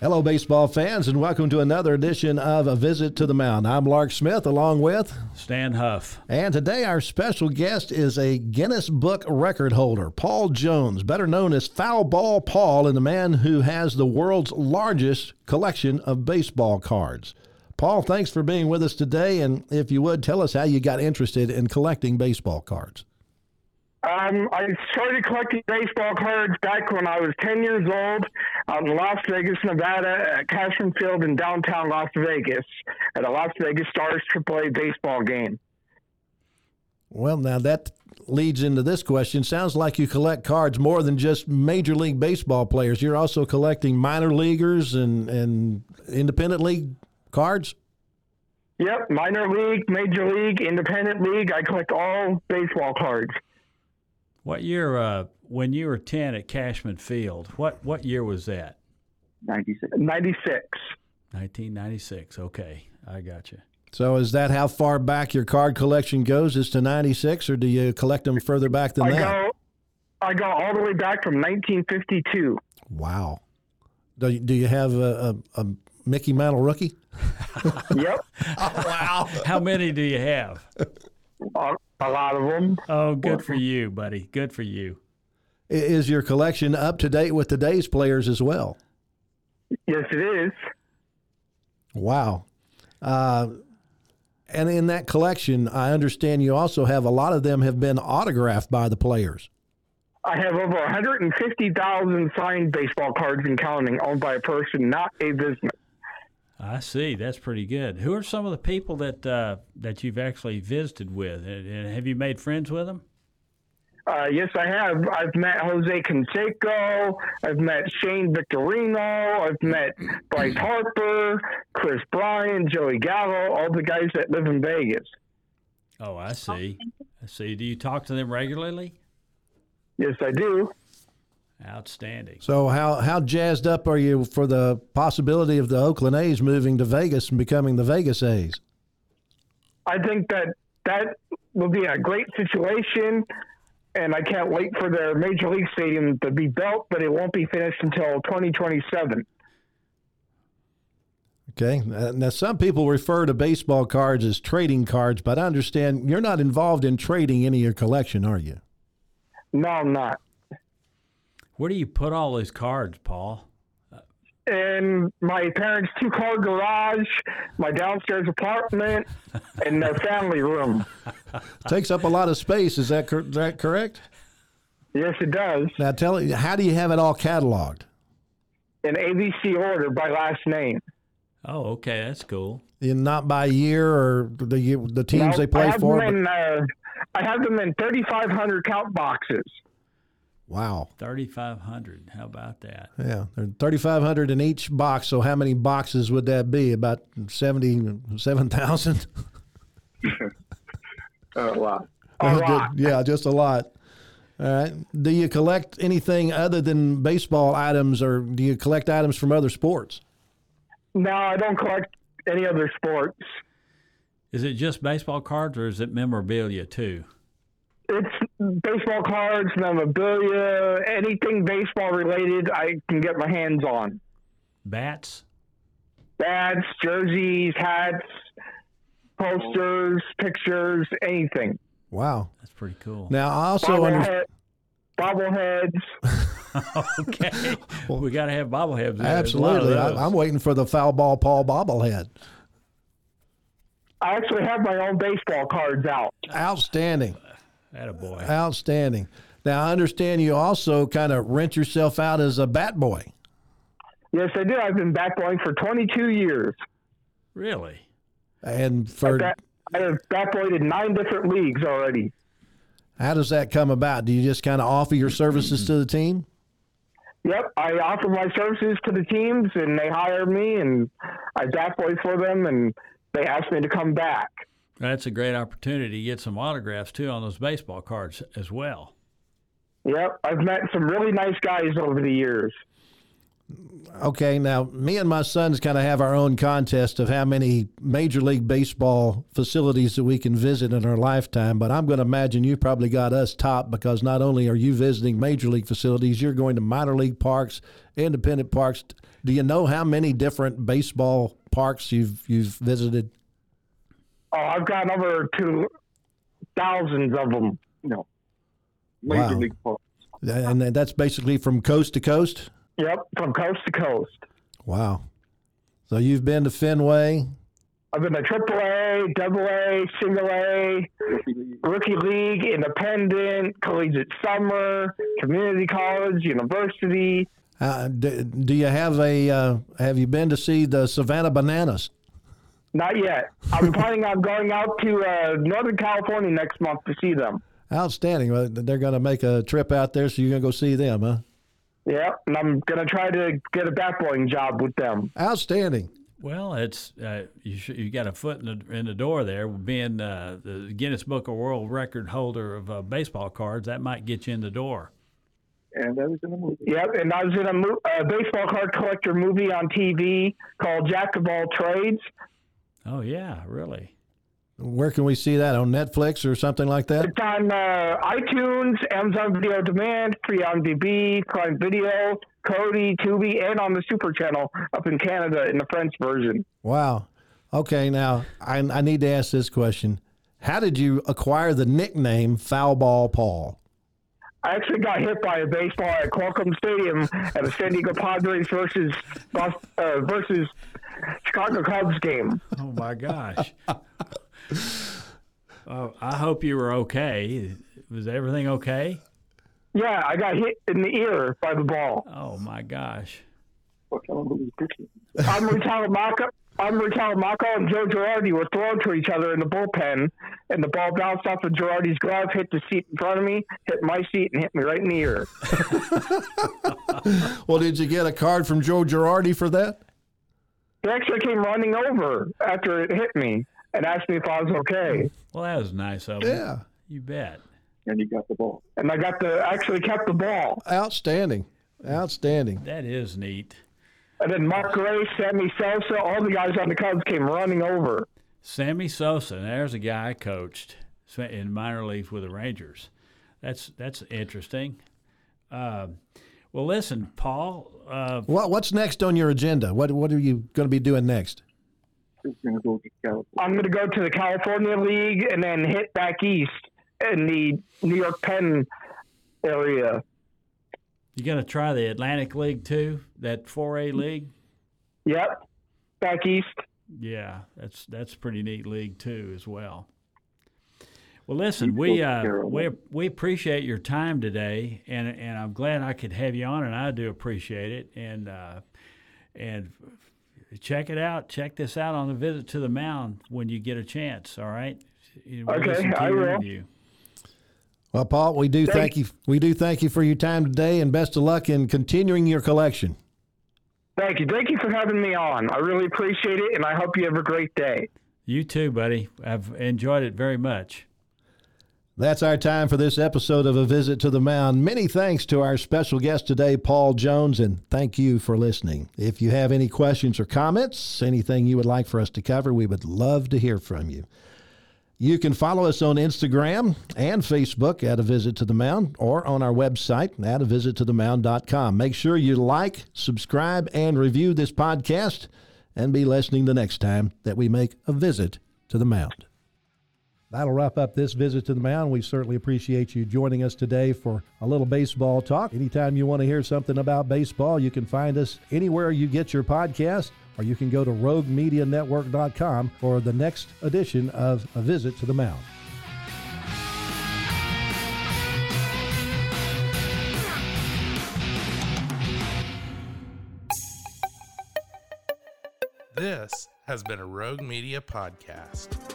Hello, baseball fans, and welcome to another edition of A Visit to the Mound. I'm Lark Smith, along with Stan Huff. And today, our special guest is a Guinness Book record holder, Paul Jones, better known as Foul Ball Paul, and the man who has the world's largest collection of baseball cards. Paul, thanks for being with us today. And if you would, tell us how you got interested in collecting baseball cards. Um, I started collecting baseball cards back when I was 10 years old out in Las Vegas, Nevada, at Cashman Field in downtown Las Vegas at a Las Vegas Stars AAA baseball game. Well, now that leads into this question. Sounds like you collect cards more than just Major League Baseball players. You're also collecting minor leaguers and, and independent league cards? Yep, minor league, major league, independent league. I collect all baseball cards. What year? Uh, when you were ten at Cashman Field, what what year was that? 96. 96. Nineteen ninety six. Okay, I got you. So is that how far back your card collection goes? Is to 96, or do you collect them further back than I that? go I go all the way back from 1952. Wow. Do you, do you have a, a, a Mickey Mantle rookie? yep, wow. How many do you have? a, a lot of them. Oh, good for you, buddy. Good for you. Is your collection up to date with today's players as well? Yes, it is. Wow. Uh, and in that collection, I understand you also have a lot of them have been autographed by the players. I have over 150,000 signed baseball cards and counting, owned by a person, not a business. I see. That's pretty good. Who are some of the people that uh, that you've actually visited with, and, and have you made friends with them? Uh, yes, I have. I've met Jose Canseco. I've met Shane Victorino. I've met Bryce Harper, Chris Bryan, Joey Gallo, all the guys that live in Vegas. Oh, I see. I see. Do you talk to them regularly? Yes, I do. Outstanding. So how how jazzed up are you for the possibility of the Oakland A's moving to Vegas and becoming the Vegas A's? I think that that will be a great situation, and I can't wait for their Major League Stadium to be built, but it won't be finished until 2027. Okay. Uh, Now some people refer to baseball cards as trading cards, but I understand you're not involved in trading any of your collection, are you? No, I'm not. Where do you put all these cards, Paul? in my parents' two car garage, my downstairs apartment, and their family room. Takes up a lot of space. Is that, cor- is that correct? Yes, it does. Now tell me, how do you have it all cataloged? In ABC order by last name. Oh, okay, that's cool. In not by year or the year- the teams Now, they play I have for? Them but- in, uh, I have them in 3,500 count boxes. wow. Thirty-five hundred. How about that? Yeah, there are 3,500 in each box. So how many boxes would that be? About 77,000? Uh, wow. A Just- lot. Yeah, just a lot. All right. Do you collect anything other than baseball items, or do you collect items from other sports? No, I don't collect any other sports. Is it just baseball cards, or is it memorabilia too? It's baseball cards, memorabilia, anything baseball related I can get my hands on. Bats. Bats, jerseys, hats, posters, pictures, anything. Wow. That's pretty cool. Now, I also understand. Bobblehead, bobbleheads. okay. we got to have bobbleheads. There's a lot of Absolutely. those. I, I'm waiting for the foul ball Paul bobblehead. I actually have my own baseball cards out. Outstanding. Attaboy. Outstanding. Now, I understand you also kind of rent yourself out as a bat boy. Yes, I do. I've been bat boying for 22 years. Really? And I for bat- I have bat boyed in nine different leagues already. how does that come about? Do you just kind of offer your services to the team? Yep, I offer my services to the teams, and they hire me, and I bat boy for them, and they ask me to come back. That's a great opportunity to get some autographs too on those baseball cards as well. Yep, I've met some really nice guys over the years. Okay, now me and my sons kind of have our own contest of how many Major League Baseball facilities that we can visit in our lifetime, but I'm going to imagine you probably got us top because not only are you visiting Major League facilities, you're going to minor league parks, independent parks. Do you know how many different baseball parks you've you've visited? Oh, I've gone over to thousands of them. No, major Wow. league clubs. And that's basically from coast to coast. Yep, from coast to coast. Wow. So you've been to Fenway, I've been to AAA, AA, Single A, Rookie League, Independent, Collegiate Summer, Community College, University. Uh, do, do you have a? Uh, have you been to see the Savannah Bananas? Not yet. I'm planning on going out to uh, Northern California next month to see them. Outstanding. Well, They're going to make a trip out there, so you're going to go see them, huh? Yep, and I'm gonna try to get a bat boying job with them. Outstanding. Well, it's uh, you sh- you got a foot in the in the door there. Being uh, the Guinness Book of World Record holder of uh, baseball cards, that might get you in the door. and that was in the movie. Yep, and I was in a, mo- a baseball card collector movie on TV called Jack of All Trades. Oh yeah, really? Where can we see that on Netflix or something like that? It's on uh, iTunes, Amazon Video Demand, Free on DB, Prime Video, Cody, Tubi, and on the Super Channel up in Canada in the French version. Wow. Okay, now I, I need to ask this question: How did you acquire the nickname Foul Ball Paul? I actually got hit by a baseball at Qualcomm Stadium at the San Diego Padres versus Bos- uh, versus Chicago Cubs game. Oh my gosh. Uh, I hope you were okay. Was everything okay? Yeah, I got hit in the ear by the ball. Oh my gosh. What kind of movie is this? Amru Talamaka, Amru Talamaka and Joe Girardi were thrown to each other in the bullpen, and the ball bounced off of Girardi's glove, hit the seat in front of me, hit my seat, and hit me right in the ear. Well, did you get a card from Joe Girardi for that? He actually came running over after it hit me and asked me if I was okay. Well, that was nice of him. Yeah. You bet. And he got the ball. And I got the actually kept the ball. Outstanding. Outstanding. That is neat. And then Mark Gray, Sammy Sosa, all the guys on the Cubs came running over. Sammy Sosa, and there's a guy I coached in minor leagues with the Rangers. That's that's interesting. Um well, listen, Paul. Uh, What, what's next on your agenda? What What are you going to be doing next? He's going to go to California. I'm going to go to the California League and then hit back east in the New York Penn area. you going to try the Atlantic League too? That 4A league? Yep, back east. Yeah, that's that's a pretty neat league too as well. Well, listen, we uh, we we appreciate your time today, and and I'm glad I could have you on, and I do appreciate it, and uh, and check it out, check this out on the visit to the mound when you get a chance. All right. We'll Okay, listen to I your will. interview. Well, Paul, we do thank you. We do thank you for your time today, and best of luck in continuing your collection. Thank you. Thank you for having me on. I really appreciate it, and I hope you have a great day. You too, buddy. I've enjoyed it very much. That's our time for this episode of A Visit to the Mound. Many thanks to our special guest today, Paul Jones, and thank you for listening. If you have any questions or comments, anything you would like for us to cover, we would love to hear from you. You can follow us on Instagram and Facebook at A Visit to the Mound or on our website at avisittothemound.com. Make sure you like, subscribe, and review this podcast. and be listening the next time that we make a visit to the mound. That'll wrap up this visit to the mound. We certainly appreciate you joining us today for a little baseball talk. Anytime you want to hear something about baseball, you can find us anywhere you get your podcast, or you can go to roguemedianetwork.com for the next edition of A Visit to the Mound. This has been a Rogue Media podcast.